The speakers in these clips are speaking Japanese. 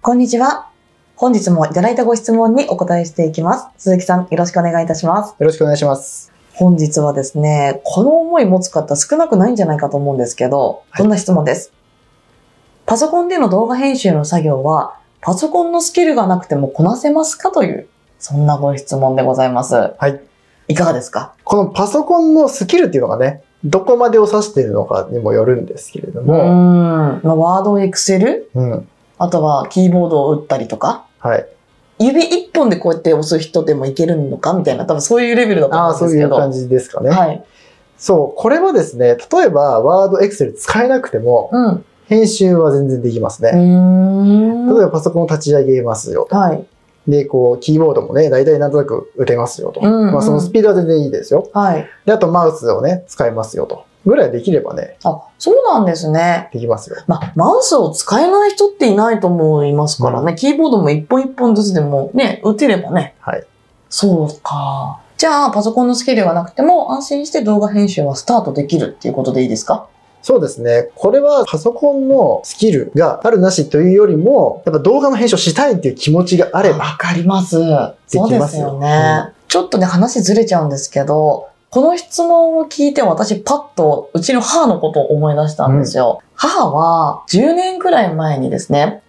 こんにちは。本日もいただいたご質問にお答えしていきます。鈴木さん、よろしくお願いいたします。よろしくお願いします。本日はですね、この思い持つ方少なくないんじゃないかと思うんですけど、はいこんな質問です。パソコンでの動画編集の作業は、パソコンのスキルがなくてもこなせますかという、そんなご質問でございます。はい。いかがですかこのパソコンのスキルっていうのがね、どこまでを指しているのかにもよるんですけれどうーん。も、まあワード、エクセル、うん、あとはキーボードを打ったりとか、はい。指一本でこうやって押す人でもいけるのかみたいな、多分そういうレベルだとああ、思うんそうですいけうど。感じですかね。はい。そう、これはですね、例えば、ワード、エクセル使えなくても、うん。編集は全然できますね。うーん。例えば、パソコンを立ち上げますよ。はい。で、こう、キーボードもね、大体なんとなく打てますよと。うんうんまあ、そのスピードは全然いいですよ。はい。で、あと、マウスをね、使えますよと。ぐらいできればね、あ、そうなんですね。できますよ。まあ、マウスを使えない人っていないと思いますからね。キーボードも一本一本ずつでもね、打てればね。はい。そうか。じゃあ、パソコンのスキルがなくても安心して動画編集はスタートできるっていうことでいいですかそうですね。これはパソコンのスキルがあるなしというよりも、やっぱ動画の編集をしたいっていう気持ちがあれば、わかります。きそまうすよですよね。ちょっとね、話ずれちゃうんですけど、この質問を聞いて私パッとうちの母のことを思い出したんですよ。母は10年くらい前にですね、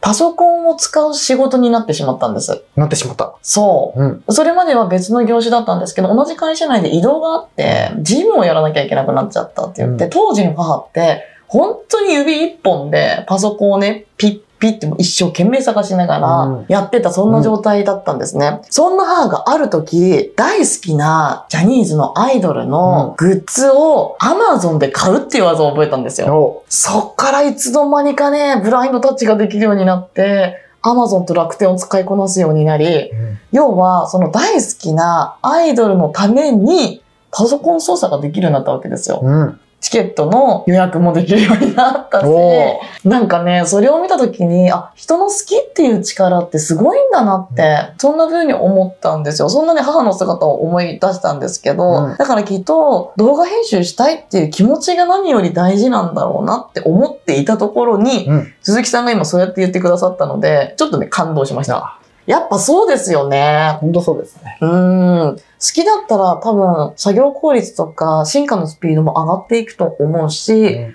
パソコンを使う仕事になってしまったんです。なってしまった。そうん。う。それまでは別の業種だったんですけど、同じ会社内で移動があって、事務をやらなきゃいけなくなっちゃったって言って、うん当時の母って、本当に指一本でパソコンをね、ピッピッってもう一生懸命探しながうらんやってた、そんな状態だったんですね。そんな母がある時、大好きなジャニーズのアイドルのグッズを Amazon で買うっていう技を覚えたんですよ。おそっからいつの間にかね、ブラインドタッチができるようになって、Amazon と楽天を使いこなすようになり、要は、その大好きなアイドルのために、パソコン操作ができるようになったわけですよ。うん。チケットの予約もできるようになったし、おなんかね、それを見たときに、あ、人の好きっていう力ってすごいんだなって、そんな風に思ったんですよ。そんなね、母の姿を思い出したんですけど、うんだからきっと動画編集したいっていう気持ちが何より大事なんだろうなって思っていたところに、うん鈴木さんが今そうやって言ってくださったので、ちょっとね、感動しました。あ、やっぱそうですよね。本当そうですね。うーん。好きだったら多分作業効率とか進化のスピードも上がっていくと思うし、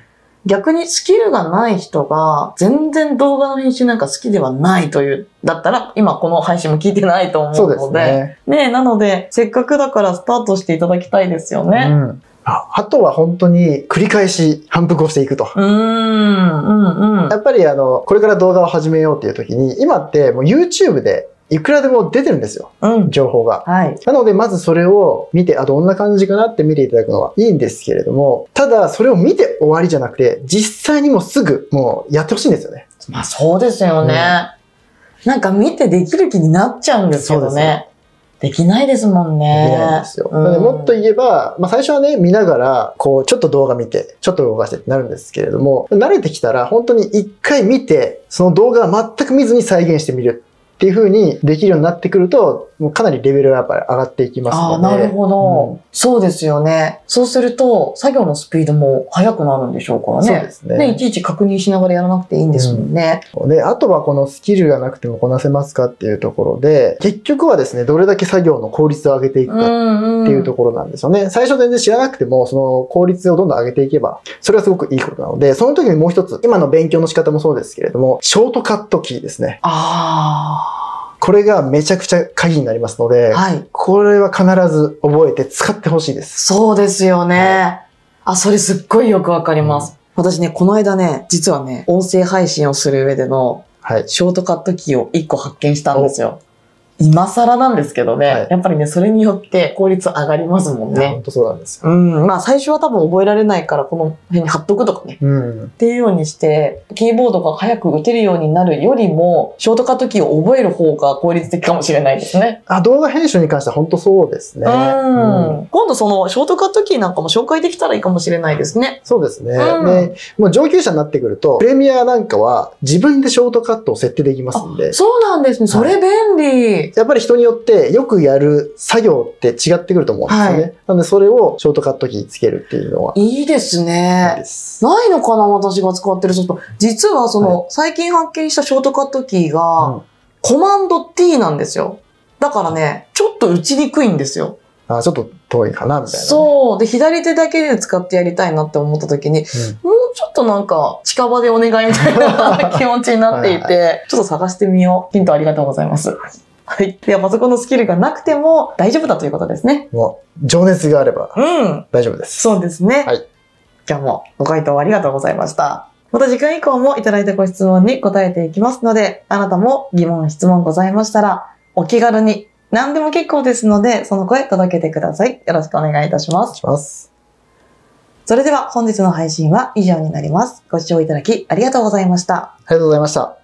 逆にスキルがない人が全然動画の編集なんか好きではないという、だったら今この配信も聞いてないとそ思ううですので、ねね。なのでせっかくだからスタートしていただきたいですようね。んああとは本当に繰り返し反復をしていくと。うーん、うん、うんや。っぱりあの、これから動画を始めようっていう時に、今ってもう YouTube でいくらでも出てるんですよ、うん。情報が。はい。なので、まずそれを見て、あ、どんな感じかなって見ていただくのはいいんですけれども、ただ、それを見て終わりじゃなくて、実際にもうすぐ、もうやってほしいんですよね。まあそうですよね。なんか見てできる気になっちゃうんですけどそうですね。できないですもんできね。ないんですよ。うんなので、もっと言えば、まあ、最初はね、見ながら、こう、ちょっと動画見て、ちょっと動画してってなるんですけれども、慣れてきたら、本当に一回見て、その動画を全く見ずに再現してみるっていう風にできるようになってくると、もうかなりレベルがやっぱり上がっていきますのあで。あ、なるほど、うんそうですよね。そうすると、作業のスピードも速くなるんでしょうからね。そうですねいちいち確認しながらやらなくていいんですもんね。で、あとはこのスキルがなくてもこなせますかっていうところで、結局はですね、どれだけ作業の効率を上げていくかっんていうところなんですよね。最初全然知らなくても、その効率をどんどん上げていけば、それはすごくいいことなので、その時にもう一つ、今の勉強の仕方もそうですけれども、ショートカットキーですね。あこれがめちゃくちゃ鍵になりますのあ、で、はい。これは必ず覚えて使ってほしいです。そうですよね。あ、それすっごいよくわかります。私ね、この間ね、実はね、音声配信をする上でのはい。ショートカットキーを1個発見したんですよ。今更なんですけどね、はいやっぱりね、それによって効率上がりますもんね。本当そうなんですよ。うん、まあ最初は多分覚えられないからこの辺に貼っとくとかね。うん。っていうようにして、キーボードが早く打てるようになるよりも、ショートカットキーを覚える方が効率的かもしれないですね。あ、動画編集に関しては本当そうですね。うん。今度そのショートカットキーなんかも紹介できたらいいかもしれないですね。そうですね。うんで、もう上級者になってくると、プレミアなんかは自分でショートカットを設定できますんで、そうなんですね。それ便利。はい。やっぱり人によってよくやる作業って違ってくると思うんですよね。はなのでそれをショートカットキーつけるっていうのはいいですいいねで。す。ないのかな私が使ってるソフト。実はその、最近発見したショートカットキーが、うんコマンド T なんですよ。だからね、ちょっと打ちにくいんですよ。あちょっと遠いかなみたいなね、そう。で、左手だけで使ってやりたいなって思った時に、もうちょっとなんか近場でお願いみたいな気持ちになっていて、ちょっと探してみよう。ヒントありがとうございます。はい。では、パソコンのスキルがなくても大丈夫だということですね。うんもう情熱があればうん。大丈夫です。そうですね。はい。じゃあもう、ご回答ありがとうございました。また次回以降もいただいたご質問に答えていきますので、あなたも疑問、質問ございましたら、お気軽に、何でも結構ですので、その声届けてください。よろしくお願いいたしますお願い。します。それでは本日の配信は以上になります。ご視聴いただきありがとうございました。ありがとうございました。